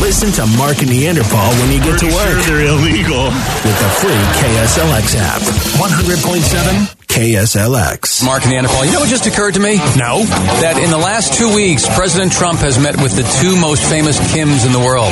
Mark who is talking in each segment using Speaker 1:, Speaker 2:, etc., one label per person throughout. Speaker 1: Listen to Mark and Neanderthal when you get to
Speaker 2: Pretty
Speaker 1: work
Speaker 2: Sure they're illegal.
Speaker 1: with the free KSLX app. 100.7 KSLX.
Speaker 3: Mark and Neanderthal. You know what just occurred to me?
Speaker 1: No?
Speaker 3: That in the last two weeks, President Trump has met with the two most famous Kims in the world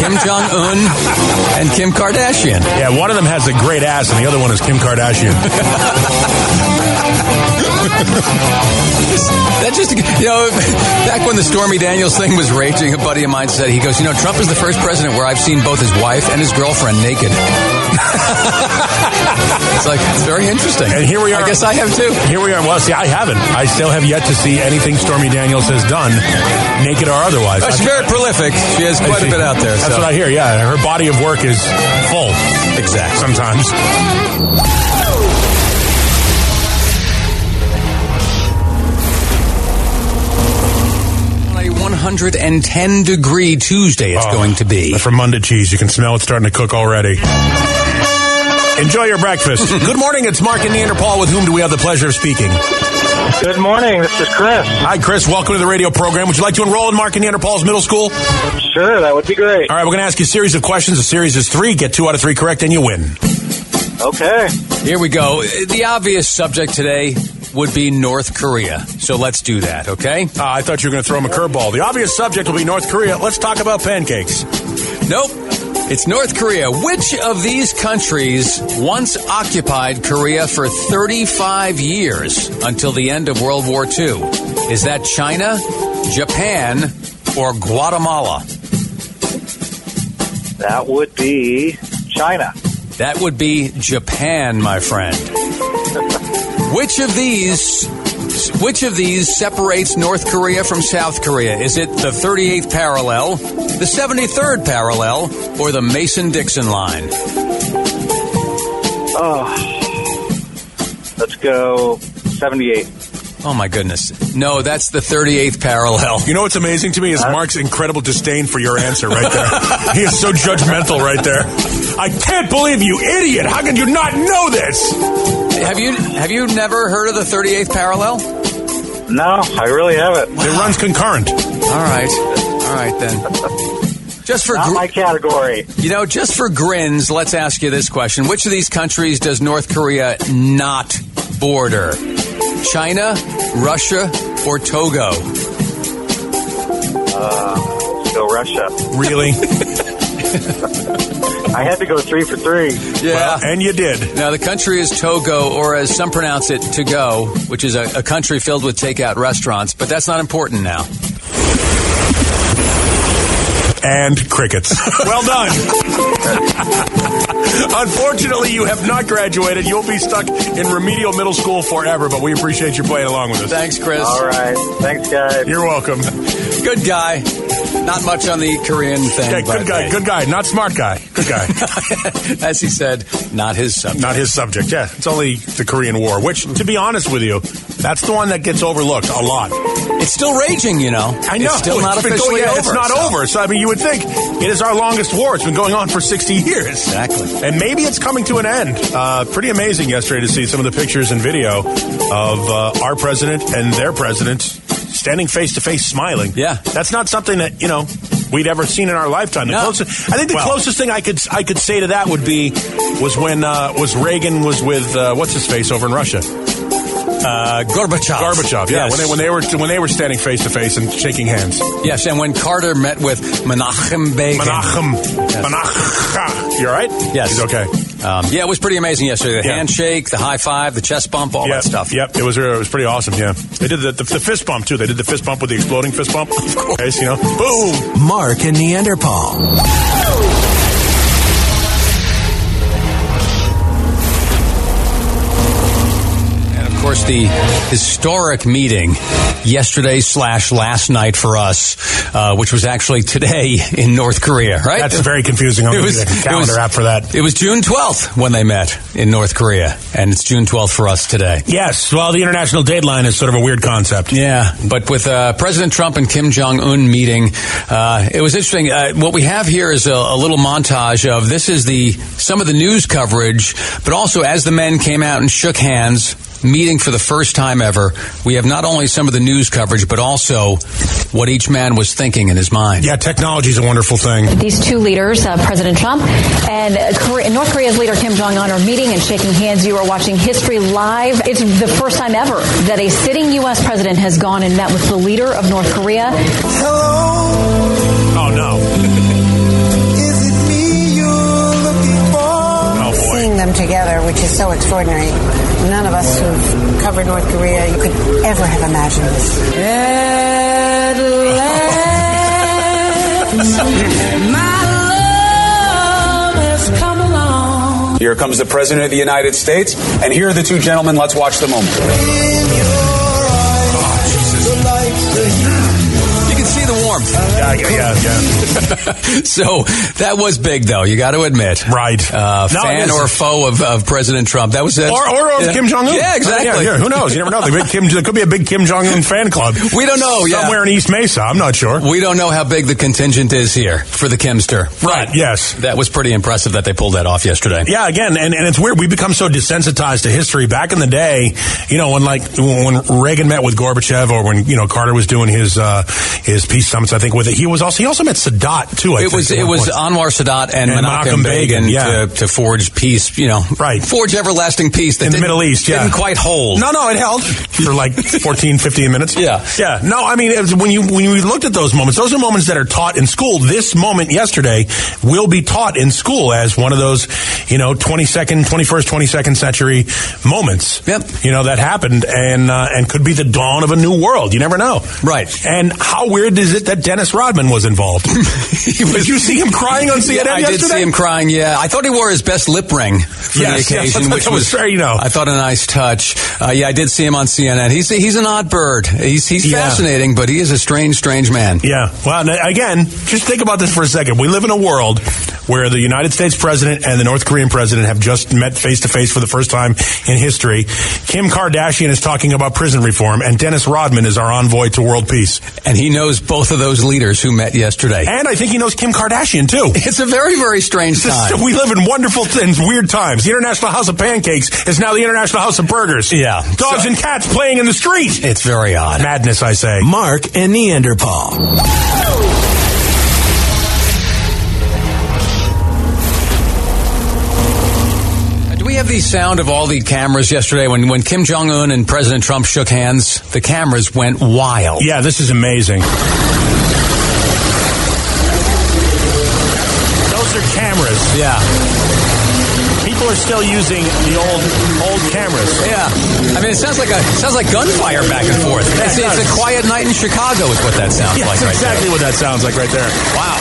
Speaker 3: Kim Jong Un and Kim Kardashian.
Speaker 2: Yeah, one of them has a great ass, and the other one is Kim Kardashian.
Speaker 3: That just, you know, back when the Stormy Daniels thing was raging, a buddy of mine said, he goes, you know, Trump is the first president where I've seen both his wife and his girlfriend naked. it's like, it's very interesting.
Speaker 2: And here we are.
Speaker 3: I guess I have too.
Speaker 2: Here we are. Well, see, I haven't. I still have yet to see anything Stormy Daniels has done, naked or otherwise.
Speaker 3: Oh, she's very prolific. She has quite a bit out there.
Speaker 2: That's
Speaker 3: so.
Speaker 2: what I hear. Yeah, her body of work is full.
Speaker 3: Exactly.
Speaker 2: Sometimes.
Speaker 3: On a 110 degree Tuesday, it's
Speaker 2: Oh,
Speaker 3: going to be.
Speaker 2: From Monday cheese, you can smell it starting to cook already. Enjoy your breakfast. Good morning. It's Mark and Neanderthal. With whom do we have the pleasure of speaking?
Speaker 4: Good morning. This is Chris.
Speaker 2: Hi, Chris. Welcome to the radio program. Would you like to enroll in Mark and Neanderthal's middle school?
Speaker 4: Sure, that would be great.
Speaker 2: All right, we're going to ask you a series of questions. The series is three. Get two out of three correct, and you win.
Speaker 4: Okay.
Speaker 3: Here we go. The obvious subject today would be North Korea. So let's do that, okay?
Speaker 2: Uh, I thought you were going to throw him a curveball. The obvious subject will be North Korea. Let's talk about pancakes.
Speaker 3: Nope. It's North Korea. Which of these countries once occupied Korea for 35 years until the end of World War II? Is that China, Japan, or Guatemala?
Speaker 4: That would be China.
Speaker 3: That would be Japan, my friend. Which of these which of these separates North Korea from South Korea? Is it the 38th parallel, the 73rd parallel, or the Mason-Dixon line?
Speaker 4: Oh. Let's go 78.
Speaker 3: Oh my goodness. No, that's the 38th parallel.
Speaker 2: You know what's amazing to me is Mark's incredible disdain for your answer right there. he is so judgmental right there. I can't believe you, idiot! How could you not know this?
Speaker 3: Have you have you never heard of the 38th parallel?
Speaker 4: No, I really haven't.
Speaker 2: It runs concurrent.
Speaker 3: All right. All right then. Just for
Speaker 4: Not
Speaker 3: gr-
Speaker 4: my category.
Speaker 3: You know, just for grins, let's ask you this question. Which of these countries does North Korea not border? China, Russia, or Togo?
Speaker 4: Let's go Russia.
Speaker 2: Really?
Speaker 4: I had to go three for three.
Speaker 2: Well, and you did.
Speaker 3: Now, the country is Togo, or as some pronounce it, to go, which is a, a country filled with takeout restaurants, but that's not important now.
Speaker 2: And crickets. Well done. Unfortunately, you have not graduated. You'll be stuck in remedial middle school forever, but we appreciate you playing along with us.
Speaker 3: Thanks, Chris.
Speaker 4: All right. Thanks, guys.
Speaker 2: You're welcome.
Speaker 3: Good guy. Not much on the Korean thing.
Speaker 2: Yeah, good
Speaker 3: but,
Speaker 2: guy, good guy, not smart guy. Good guy.
Speaker 3: As he said, not his subject.
Speaker 2: Not his subject. Yeah, it's only the Korean War, which, to be honest with you, that's the one that gets overlooked a lot.
Speaker 3: It's still raging, you know.
Speaker 2: I know.
Speaker 3: It's still not
Speaker 2: been going,
Speaker 3: officially
Speaker 2: yeah,
Speaker 3: over.
Speaker 2: It's not
Speaker 3: so-
Speaker 2: over. So I mean, you would think it is our longest war. It's been going on for 60 years.
Speaker 3: Exactly.
Speaker 2: And maybe it's coming to an end. Uh, pretty amazing yesterday to see some of the pictures and video of uh, our president and their president standing face to face, smiling.
Speaker 3: Yeah.
Speaker 2: that's not something that you know we'd ever seen in our lifetime. The
Speaker 3: No.
Speaker 2: closest, I think the
Speaker 3: Well-
Speaker 2: closest thing I could I could say to that would be was when uh, was Reagan was with uh, what's his face over in Russia.
Speaker 3: Uh, Gorbachev.
Speaker 2: Gorbachev, yeah,
Speaker 3: Yes.
Speaker 2: when, they, when they were when they were standing face to face and shaking hands.
Speaker 3: Yes, and when Carter met with Menachem Begin.
Speaker 2: Menachem. Menachem. You all right?
Speaker 3: Yes.
Speaker 2: He's okay.
Speaker 3: Um, yeah, it was pretty amazing yesterday. The
Speaker 2: Yeah.
Speaker 3: handshake, the high five, the chest bump, all
Speaker 2: Yep.
Speaker 3: that stuff.
Speaker 2: Yep. It was it was pretty awesome. Yeah. They did the, the, the fist bump too. They did the fist bump with the exploding fist bump. Of course. You know. Boom.
Speaker 1: Mark and Neanderthal.
Speaker 3: And of course, the historic meeting yesterday slash last night for us, uh, which was actually today in North Korea, right?
Speaker 2: That's very confusing. I'm
Speaker 3: It
Speaker 2: going to
Speaker 3: was-
Speaker 2: need a
Speaker 3: it
Speaker 2: calendar
Speaker 3: was-
Speaker 2: app for that.
Speaker 3: It was June 12th when they met in North Korea, and it's June 12th for us today.
Speaker 2: Yes. Well, the international deadline is sort of a weird concept.
Speaker 3: Yeah, but with uh, President Trump and Kim Jong Un meeting, uh, it was interesting. Uh, what we have here is a, a little montage of this is the some of the news coverage, but also as the men came out and shook hands. meeting for the first time ever. We have not only some of the news coverage, but also what each man was thinking in his mind.
Speaker 2: Yeah, technology's a wonderful thing.
Speaker 5: These two leaders, uh, President Trump and uh, Korea, North Korea's leader Kim Jong Un, are meeting and shaking hands. You are watching History Live. It's the first time ever that a sitting U.S. president has gone and met with the leader of North Korea.
Speaker 2: Oh, no. Oh, boy.
Speaker 6: Seeing them together, which is so extraordinary, none of us who've covered North Korea could ever have imagined this.
Speaker 7: Here comes the President of the United States, and here are the two gentlemen. Let's watch the moment.
Speaker 3: You can see the warmth.
Speaker 2: Yeah, yeah, yeah, yeah.
Speaker 3: so that was big, though. You got to admit,
Speaker 2: Right.
Speaker 3: Uh,
Speaker 2: No, it
Speaker 3: fan
Speaker 2: is.
Speaker 3: or foe of, of President Trump. That was that.
Speaker 2: Or, or of Kim Jong Un.
Speaker 3: Yeah, exactly.
Speaker 2: yeah, who knows? You never know. The big Kim, there could be a big Kim Jong Un fan club.
Speaker 3: We don't know, yeah.
Speaker 2: Somewhere in East Mesa. I'm not sure.
Speaker 3: We don't know how big the contingent is here for the Kimster. Right.
Speaker 2: Yes.
Speaker 3: That was pretty impressive that they pulled that off yesterday.
Speaker 2: Yeah, again, and, and it's weird. We become so desensitized to history. Back in the day, you know, when like when Reagan met with Gorbachev, or when you know Carter was doing his uh, his peace summits, I think with it, he was also he also met Sadat too. I
Speaker 3: It
Speaker 2: think,
Speaker 3: was
Speaker 2: at
Speaker 3: it
Speaker 2: one
Speaker 3: was uh,
Speaker 2: point.
Speaker 3: Anwar Sadat and,
Speaker 2: And
Speaker 3: Menachem
Speaker 2: Menachem Begin,
Speaker 3: Begin
Speaker 2: yeah.
Speaker 3: to, to forge peace, you know,
Speaker 2: Right.
Speaker 3: Forge everlasting peace that
Speaker 2: in the
Speaker 3: didn't-
Speaker 2: Middle East. Yeah,
Speaker 3: didn't quite hold.
Speaker 2: No, no, it held for like 14, 15 minutes.
Speaker 3: Yeah.
Speaker 2: yeah. No, I mean it was- when you when you looked at those moments, those are moments that are taught in school. This moment yesterday will be taught in school as one of those, you know, twenty second, twenty first, twenty second century moments.
Speaker 3: Yep.
Speaker 2: You know that happened and uh, and could be the dawn of a new world. You never know.
Speaker 3: Right.
Speaker 2: And how weird is it that Dennis Rodman was involved? did you see him crying on CNN
Speaker 3: Yeah, I did
Speaker 2: yesterday?
Speaker 3: see him crying. Yeah, I thought he wore his best lip ring for
Speaker 2: Yes, yes,
Speaker 3: the occasion,
Speaker 2: I thought
Speaker 3: which
Speaker 2: that was very, you know.
Speaker 3: I thought a nice touch. Uh, yeah, I did see him on CNN. He's he's an odd bird. He's he's
Speaker 2: Yeah.
Speaker 3: fascinating, but he is a strange, strange man.
Speaker 2: Yeah. Well, and again, just think about this for a second. We live in a world where the United States president and the North Korean president have just met face to face for the first time in history. Kim Kardashian is talking about prison reform, and Dennis Rodman is our envoy to world peace.
Speaker 3: And he knows both of those leaders who met yesterday.
Speaker 2: And I think he knows Kim Kardashian too.
Speaker 3: It's a very, very strange
Speaker 2: This-
Speaker 3: time.
Speaker 2: we live in wonderful and weird times. The International House of Pancakes is now the International House of Burgers.
Speaker 3: Yeah.
Speaker 2: Dogs
Speaker 3: So-
Speaker 2: and cats playing in the street.
Speaker 3: It's very odd.
Speaker 2: Madness, I say.
Speaker 1: Mark and Neanderthal.
Speaker 3: Do we have the sound of all the cameras yesterday when, when Kim Jong Un and President Trump shook hands? The cameras went wild.
Speaker 2: Yeah, this is amazing. Those are cameras.
Speaker 3: Yeah.
Speaker 2: People are still using the old old cameras.
Speaker 3: Yeah. I mean, it sounds like a it sounds like gunfire back and forth. It's,
Speaker 2: it
Speaker 3: it's
Speaker 2: does.
Speaker 3: a quiet night in Chicago, is what that sounds
Speaker 2: Yeah,
Speaker 3: like
Speaker 2: that's
Speaker 3: right
Speaker 2: exactly what that sounds like right there. Wow,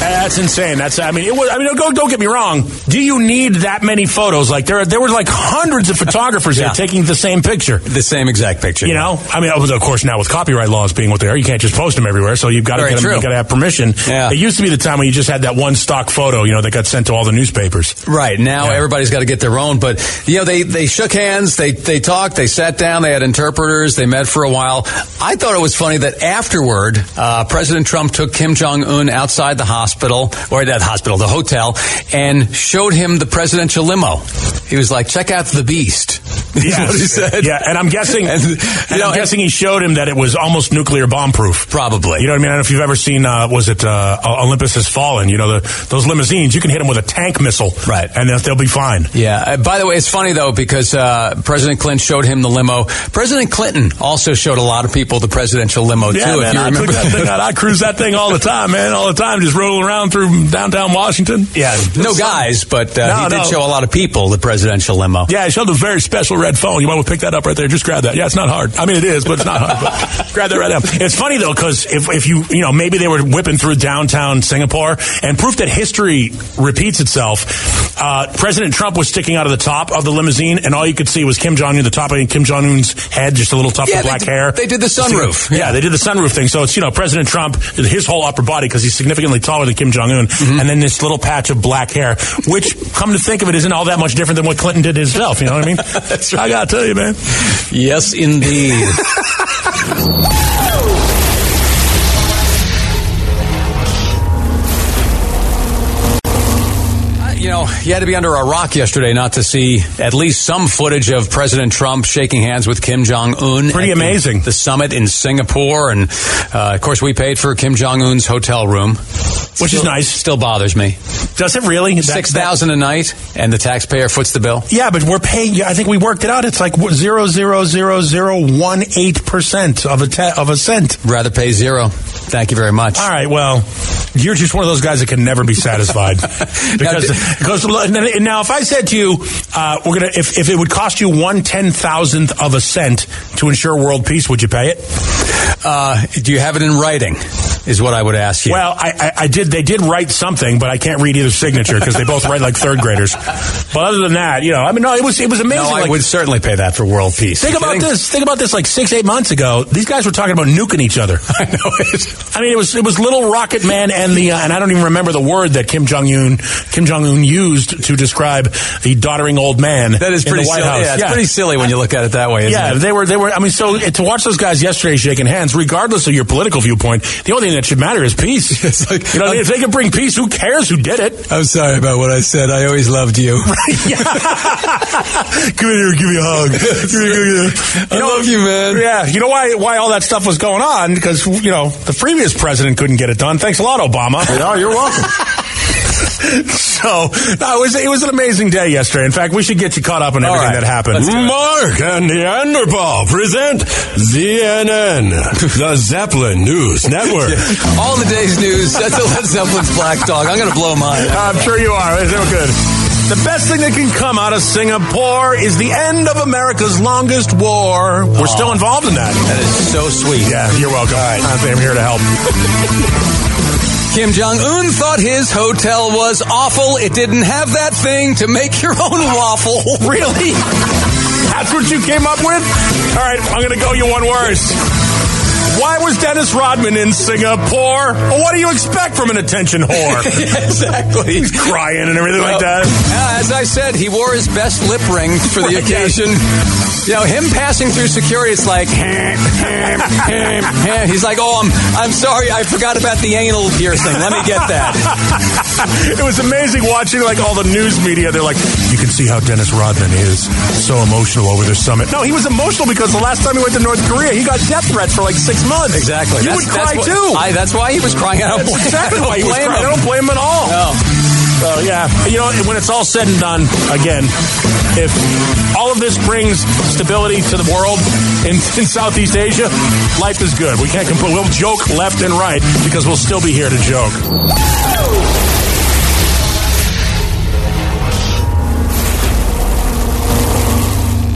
Speaker 2: that's insane. That's I mean, it was. I mean, don't, don't get me wrong. Do you need that many photos? Like there, there were like hundreds of photographers
Speaker 3: Yeah.
Speaker 2: there taking the same picture.
Speaker 3: there. The same exact picture.
Speaker 2: You know, I mean, of course, now with copyright laws being what they are, you can't just post them everywhere. So you've got to
Speaker 3: Very
Speaker 2: get them,
Speaker 3: true.
Speaker 2: you got to have permission.
Speaker 3: Yeah.
Speaker 2: It used to be the time when you just had that one stock photo, you know, that got sent to all the newspapers.
Speaker 3: Right now,
Speaker 2: Yeah.
Speaker 3: everybody's got to get their own. But you know, they they shook hands, they they talked, they sat down, they had interpreters, they met for a while. I thought it was funny that afterward, uh, President Trump took Kim Jong Un outside the hospital or that hospital, the hotel, and showed him the presidential limo. He was like, "Check out the beast." Is
Speaker 2: Yeah,
Speaker 3: what he said.
Speaker 2: Yeah, and I'm guessing,
Speaker 3: And,
Speaker 2: and,
Speaker 3: you know,
Speaker 2: I'm guessing he showed him that it was almost nuclear bomb proof.
Speaker 3: Probably.
Speaker 2: You know what I mean? I don't know if you've ever seen, uh, was it uh, Olympus Has Fallen? You know, the, those limousines, you can hit them with a tank missile.
Speaker 3: Right.
Speaker 2: And they'll, they'll be fine.
Speaker 3: Yeah. Uh, By the way, it's funny though because uh, President Clinton showed him the limo. President Clinton also showed a lot of people the presidential limo too. if you
Speaker 2: I,
Speaker 3: remember
Speaker 2: took that thing out. I cruise that thing all the time, man, all the time, just rolling around through downtown Washington. Yeah.
Speaker 3: No guys, but uh,
Speaker 2: No,
Speaker 3: he did
Speaker 2: no.
Speaker 3: show a lot of people the presidential limo.
Speaker 2: Yeah, I showed a very special red phone. You might want to pick that up right there. Just grab that. Yeah, it's not hard. I mean, it is, but it's not hard. But grab that right now. It's funny though, because if, if you you know maybe they were whipping through downtown Singapore, and proof that history repeats itself. Uh, President Trump was sticking out of the top of the limousine, and all you could see was Kim Jong Un the top of Kim Jong Un's head, just a little tuft
Speaker 3: Yeah,
Speaker 2: of
Speaker 3: they
Speaker 2: black
Speaker 3: did-
Speaker 2: hair.
Speaker 3: they did the sunroof.
Speaker 2: Yeah, they did the sunroof thing. So it's you know President Trump, his whole upper body because he's significantly taller than Kim Jong Un,
Speaker 3: Mm-hmm.
Speaker 2: and then this little patch of black hair, which come to think of it, isn't all that much different than what Clinton did himself. You know what I mean? That's right. I gotta tell you, man.
Speaker 3: Yes, indeed. Uh, You know, know, you had to be under a rock yesterday not to see at least some footage of President Trump shaking hands with Kim Jong Un.
Speaker 2: Pretty
Speaker 3: at the-
Speaker 2: amazing.
Speaker 3: The summit in Singapore, and uh, of course, we paid for Kim Jong Un's hotel room,
Speaker 2: Which is nice.
Speaker 3: Still bothers me.
Speaker 2: Does it really? That-
Speaker 3: Six
Speaker 2: that-
Speaker 3: thousand a night, and the taxpayer foots the bill.
Speaker 2: Yeah, but we're paying. yeah, I think we worked it out. It's like zero zero zero zero one eight percent of a te- of a cent.
Speaker 3: Rather pay zero. Thank you very much.
Speaker 2: All right, well, you're just one of those guys that can never be satisfied. because, because look, n- now, if I said to you, uh, we're gonna if, if it would cost you one ten thousandth of a cent to ensure world peace, would you pay it?
Speaker 3: Uh, do you have it in writing? Is what I would ask you.
Speaker 2: Well, I, I, I did. They did write something, but I can't read either signature because they both read like third graders. But other than that, you know, I mean, no, it was it was amazing.
Speaker 3: no, I
Speaker 2: like-
Speaker 3: would certainly pay that for world peace.
Speaker 2: Think
Speaker 3: You
Speaker 2: about
Speaker 3: kidding?
Speaker 2: this. Think about this. Like six, eight months ago, these guys were talking about nuking each other. I know it. I mean, it was it was Little Rocket Man and the uh, and I don't even remember the word that Kim Jong Un Kim Jong Un used to describe the doddering old man.
Speaker 3: That is
Speaker 2: in
Speaker 3: pretty
Speaker 2: the White
Speaker 3: silly.
Speaker 2: House.
Speaker 3: Yeah, it's pretty silly when you look at it that way. Isn't
Speaker 2: Yeah,
Speaker 3: it?
Speaker 2: they were they were. I mean, so uh, to watch those guys yesterday shaking hands, regardless of your political viewpoint, the only thing that should matter is peace.
Speaker 3: It's like- um,
Speaker 2: you know, if they can bring peace, who cares who did it?
Speaker 3: I'm sorry about what I said. I always loved you.
Speaker 2: Yeah. Come here, give me a hug. Give me- give me a-
Speaker 3: I love you, man.
Speaker 2: Yeah, you know why why all that stuff was going on? Because you know the previous president couldn't get it done. Thanks a lot, Obama.
Speaker 8: No, you're welcome.
Speaker 2: so no, it was it was an amazing day yesterday. In fact, we should get you caught up on
Speaker 3: All
Speaker 2: everything
Speaker 3: right.
Speaker 2: that happened.
Speaker 3: Let's do it.
Speaker 8: Mark and Neanderthal present ZNN, the Zeppelin News Network.
Speaker 3: All the day's news. That's a Led Zeppelin's Black Dog. I'm going to blow mine.
Speaker 2: Uh, I'm sure you are. It's so good. The best thing that can come out of Singapore is the end of America's longest war. We're still involved in that.
Speaker 3: That is so sweet.
Speaker 2: Yeah, you're welcome. I'm here to help.
Speaker 3: Kim Jong Un thought his hotel was awful. It didn't have that thing to make your own waffle.
Speaker 2: Really? That's what you came up with? All right, I'm going to go you one worse. Why was Dennis Rodman in Singapore? Well, what do you expect from an attention whore?
Speaker 3: exactly.
Speaker 2: He's crying and everything like that.
Speaker 3: Yeah, as I said, he wore his best lip ring for the occasion. You know, him passing through security, it's like, "Hem, hem, hem, hem." he's like, oh, I'm, I'm sorry, I forgot about the anal piercing. Let me get that.
Speaker 2: it was amazing watching like all the news media. They're like, you can see how Dennis Rodman is so emotional over the summit. No, he was emotional because the last time he went to North Korea, he got death threats for like six months.
Speaker 3: Exactly.
Speaker 2: You would cry
Speaker 3: what-
Speaker 2: too.
Speaker 3: I, that's why he was crying. I don't
Speaker 2: That's
Speaker 3: blame-
Speaker 2: exactly
Speaker 3: I don't
Speaker 2: why he was
Speaker 3: blame
Speaker 2: crying. I
Speaker 3: him.
Speaker 2: don't blame him at all.
Speaker 3: No.
Speaker 2: So yeah, you know, when it's all said and done, again, if all of this brings stability to the world in, in Southeast Asia, life is good. We can't complain. We'll joke left and right because we'll still be here to joke.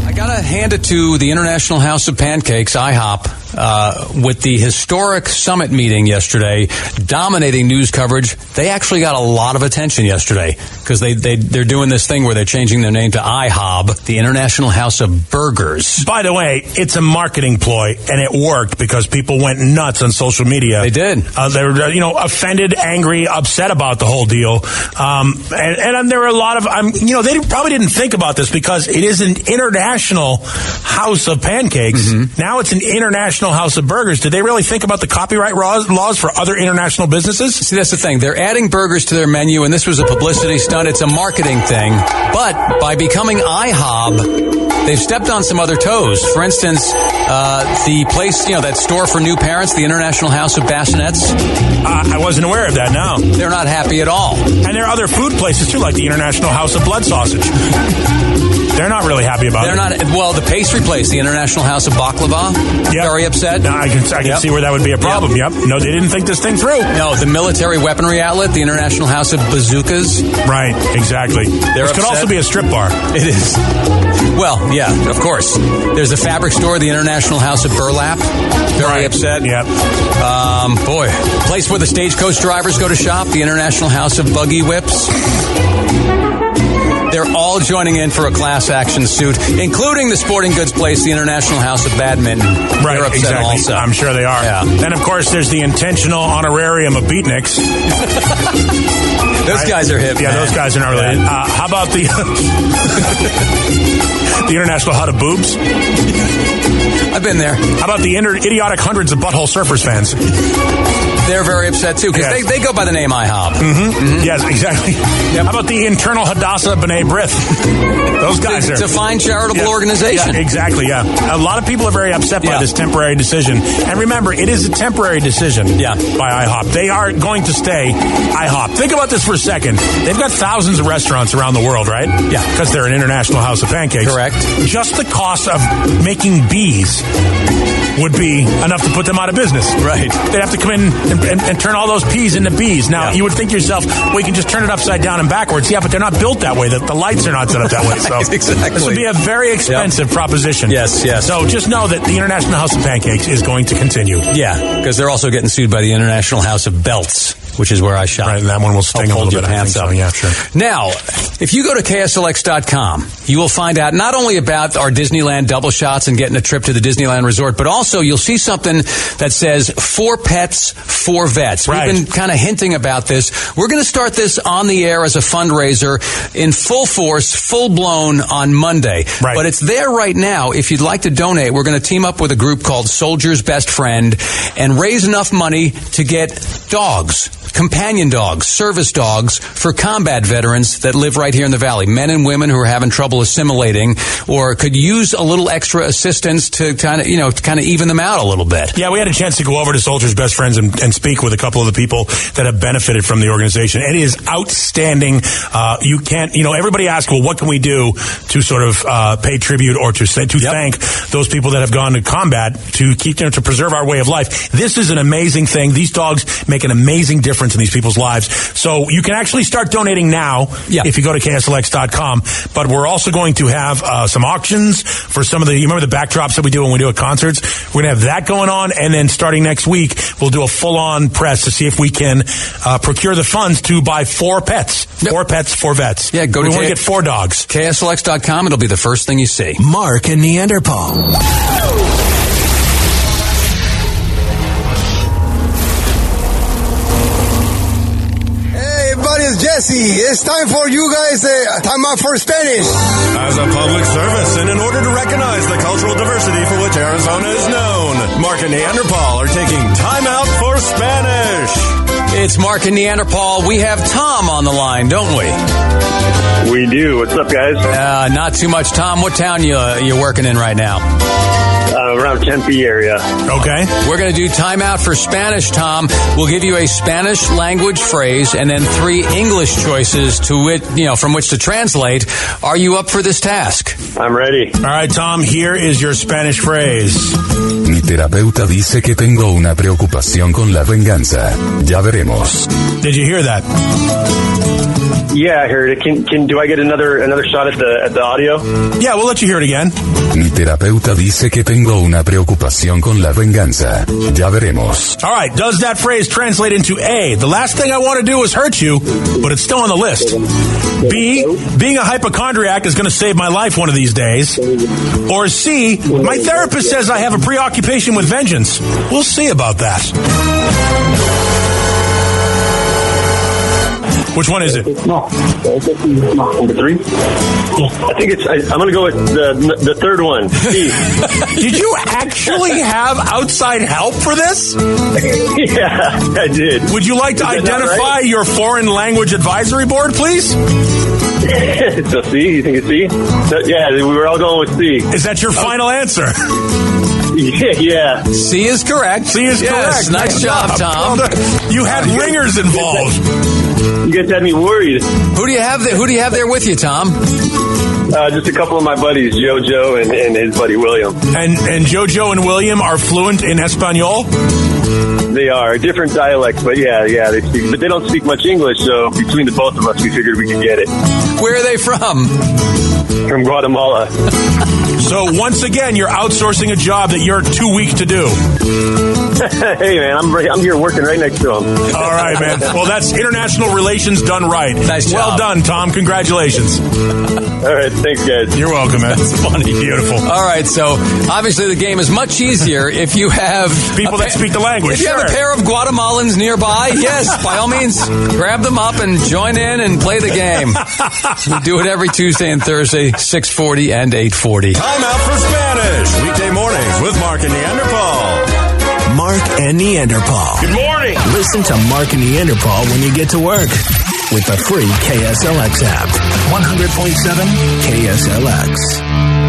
Speaker 3: I gotta hand it to the International House of Pancakes, IHOP, uh, with the historic summit meeting yesterday, dominating news coverage. They actually got a lot of attention yesterday because they, they they're doing this thing where they're changing their name to IHOB, the International House of Burgers.
Speaker 2: By the way, it's a marketing ploy, and it worked because people went nuts on social media.
Speaker 3: They did.
Speaker 2: Uh, they were, uh, you know, offended, angry, upset about the whole deal. Um, and, and um, there were a lot of, um, you know, they didn't- probably didn't think about this because it is an international house of pancakes.
Speaker 3: Mm-hmm.
Speaker 2: Now it's an international house of burgers. Did they really think about the copyright laws, laws for other international businesses?
Speaker 3: See, that's the thing. They're adding burgers to their menu, and this was a publicity stunt. It's a marketing thing. But by becoming IHOB, they've stepped on some other toes. For instance, uh, the place, you know, that store for new parents, the International House of Bassinets,
Speaker 2: Uh, I wasn't aware of that. Now,
Speaker 3: they're not happy at all.
Speaker 2: and there are other food places too, like the International House of Blood Sausage. They're not really happy about
Speaker 3: They're
Speaker 2: it.
Speaker 3: not, well, the pastry place, the International House of Baklava,
Speaker 2: Yep.
Speaker 3: very upset.
Speaker 2: No, I can, I can
Speaker 3: Yep.
Speaker 2: see where that would be a problem. Yep. No, they didn't think this thing through.
Speaker 3: No, the military weaponry outlet, the International House of Bazookas.
Speaker 2: Right, exactly.
Speaker 3: They're
Speaker 2: this could
Speaker 3: upset.
Speaker 2: also be a strip bar.
Speaker 3: It is. Well, yeah, of course. There's the fabric store, the International House of Burlap. Very upset.
Speaker 2: Yep.
Speaker 3: Um, boy, place where the stagecoach drivers go to shop, the International House of Buggy Whips. They're all joining in for a class action suit, including the sporting goods place, the International House of Badminton.
Speaker 2: Right,
Speaker 3: They're upset
Speaker 2: exactly.
Speaker 3: also.
Speaker 2: I'm sure they are.
Speaker 3: Yeah.
Speaker 2: And of course, there's the intentional honorarium of beatniks.
Speaker 3: Those
Speaker 2: right?
Speaker 3: guys are hip.
Speaker 2: Yeah,
Speaker 3: man.
Speaker 2: those guys are not related. Uh, how about the the international hut of boobs? How
Speaker 3: I've been there.
Speaker 2: about the inter- idiotic hundreds of butthole surfers fans?
Speaker 3: they're very upset too because
Speaker 2: Yes.
Speaker 3: they, they go by the name IHOB. Mm-hmm.
Speaker 2: Yes, exactly. How about the internal Hadassah B'nai B'rith? Those guys
Speaker 3: It's
Speaker 2: are.
Speaker 3: a fine charitable
Speaker 2: Yeah.
Speaker 3: organization.
Speaker 2: Yeah, exactly, yeah. A lot of people are very upset by
Speaker 3: Yeah.
Speaker 2: this temporary decision. And remember, it is a temporary decision
Speaker 3: Yeah.
Speaker 2: by IHOP. They are going to stay IHOP. Think about this for a second. They've got thousands of restaurants around the world, right?
Speaker 3: Yeah.
Speaker 2: Because they're an international house of pancakes.
Speaker 3: Correct.
Speaker 2: Just the cost of making bees would be enough to put them out of business.
Speaker 3: Right.
Speaker 2: They'd have to come in and, and, and turn all those peas into bees. Now,
Speaker 3: Yeah.
Speaker 2: you would think to yourself, we can just turn it upside down and backwards. Yeah, but they're not built that way. The, the lights are not set up that way. So
Speaker 3: Right, exactly.
Speaker 2: This would be a very expensive proposition.
Speaker 3: Yes, yes.
Speaker 2: So just know that the International House of Pancakes is going to continue.
Speaker 3: Yeah, because they're also getting sued by the International House of Belts, which is where I shop.
Speaker 2: Right, and that one will sting
Speaker 3: I'll
Speaker 2: a
Speaker 3: hold
Speaker 2: little
Speaker 3: your
Speaker 2: bit, I
Speaker 3: pants
Speaker 2: think
Speaker 3: up.
Speaker 2: so, yeah, sure.
Speaker 3: Now, if you go to KSLX.com, you will find out not only about our Disneyland double shots and getting a trip to the Disneyland Resort, but also you'll see something that says for pets, for vets.
Speaker 2: Right.
Speaker 3: We've been kind of hinting about this. We're going to start this on the air as a fundraiser in full force, full blown on Monday.
Speaker 2: Right.
Speaker 3: But it's there right now. If you'd like to donate, we're going to team up with a group called Soldier's Best Friend and raise enough money to get dogs, companion dogs, service dogs for combat veterans that live right here in the valley. Men and women who are having trouble assimilating or could use a little extra assistance to kind of, you know, to kind of even them out a little bit.
Speaker 2: Yeah, we had a chance to go over to Soldiers Best Friends and, and speak with a couple of the people that have benefited from the organization. It is outstanding. Uh, you can't, you know, everybody asks, well, what can we do to sort of uh, pay tribute or to say, to
Speaker 3: Yep.
Speaker 2: thank those people that have gone to combat to keep you know, to preserve our way of life? This is an amazing thing. These dogs make an amazing difference in these people's lives. So you can actually start donating now
Speaker 3: Yeah.
Speaker 2: if you go to kslx.com. But we're also going to have uh, some auctions for some of the, you remember the backdrops that we do when we do at concerts? We're going to have that going on. And then starting next week, we'll do a full on press to see if we can uh, procure the funds to buy four pets.
Speaker 3: Yep.
Speaker 2: Four pets, four vets.
Speaker 3: Yeah, go to
Speaker 2: We want
Speaker 3: K-
Speaker 2: to get four dogs.
Speaker 3: KSLX.com, it'll be the first thing you see.
Speaker 1: Mark and Neanderthal.
Speaker 9: Hey, everybody, it's Jesse. It's time for you guys. Uh, time out for Spanish.
Speaker 8: As a public service and in order to recognize the cultural diversity for which Arizona is known, Mark and Neanderthal are taking time out for Spanish.
Speaker 3: It's Mark and Neanderthal. We have Tom on the line, don't we?
Speaker 4: We do. What's up, guys?
Speaker 3: Uh, not too much. Tom, what town you, uh, you working in right now?
Speaker 4: Uh, around Tempe area.
Speaker 2: Okay.
Speaker 3: We're going to do timeout for Spanish, Tom. We'll give you a Spanish language phrase and then three English choices to which, you know, from which to translate. Are you up for this task?
Speaker 4: I'm ready.
Speaker 2: All right, Tom, here is your Spanish phrase.
Speaker 10: Mi terapeuta dice que tengo una preocupación con la venganza. Ya veremos.
Speaker 2: Did you hear that?
Speaker 4: Yeah, I heard it. Can, can do I get another another shot at the at the audio?
Speaker 2: Yeah, we'll let you hear it again.
Speaker 10: Mi terapeuta dice que tengo una preocupación con la venganza. Ya veremos.
Speaker 2: All right, does that phrase translate into A, the last thing I want to do is hurt you, but it's still on the list? B, being a hypochondriac is going to save my life one of these days? Or C, my therapist says I have a preoccupation with vengeance. We'll see about that. Which one is it?
Speaker 4: No. Number three. I think it's. I, I'm gonna go with the the third one. C.
Speaker 2: Did you actually have outside help for this?
Speaker 4: yeah, I did.
Speaker 2: Would you like to
Speaker 4: Is that not
Speaker 2: identify
Speaker 4: right?
Speaker 2: your foreign language advisory board, please?
Speaker 4: so C. You think it's C? So- yeah, we were all going with C.
Speaker 2: Is that your final answer?
Speaker 4: Yeah, yeah.
Speaker 3: C is correct.
Speaker 2: C is
Speaker 3: Yes,
Speaker 2: correct.
Speaker 3: Nice job, Tom.
Speaker 2: You had ringers involved.
Speaker 4: You guys had me worried.
Speaker 3: Who do you have? There, who do you have there with you, Tom?
Speaker 4: Uh, just a couple of my buddies, JoJo and, and his buddy William.
Speaker 2: And and JoJo and William are fluent in Espanol.
Speaker 4: They are different dialects, but yeah, yeah, they speak, but they don't speak much English. So between the both of us, we figured we could get it
Speaker 3: Where are they from?
Speaker 4: from Guatemala.
Speaker 2: So once again, you're outsourcing a job that you're too weak to do.
Speaker 4: hey, man, I'm right- I'm here working right next to him.
Speaker 2: All right, man. Well, that's international relations done right.
Speaker 3: Nice
Speaker 2: Well
Speaker 3: job.
Speaker 2: done, Tom. Congratulations.
Speaker 4: All right, thanks, guys.
Speaker 2: You're welcome, man. That's funny. Beautiful.
Speaker 3: All right, so obviously the game is much easier if you have
Speaker 2: People
Speaker 3: a
Speaker 2: that speak the language,
Speaker 3: If you have a
Speaker 2: sure.
Speaker 3: pair of Guatemalans nearby, yes, by all means, grab them up and join in and play the game. we do it every Tuesday and Thursday, six forty and eight forty.
Speaker 8: Time out for Spanish. Weekday mornings with Mark and Neanderthal.
Speaker 1: Mark
Speaker 2: Mark and Neanderthal.
Speaker 11: Good morning.
Speaker 2: Listen to Mark and Neanderthal when you get to work with the free KSLX app. 100.7 KSLX.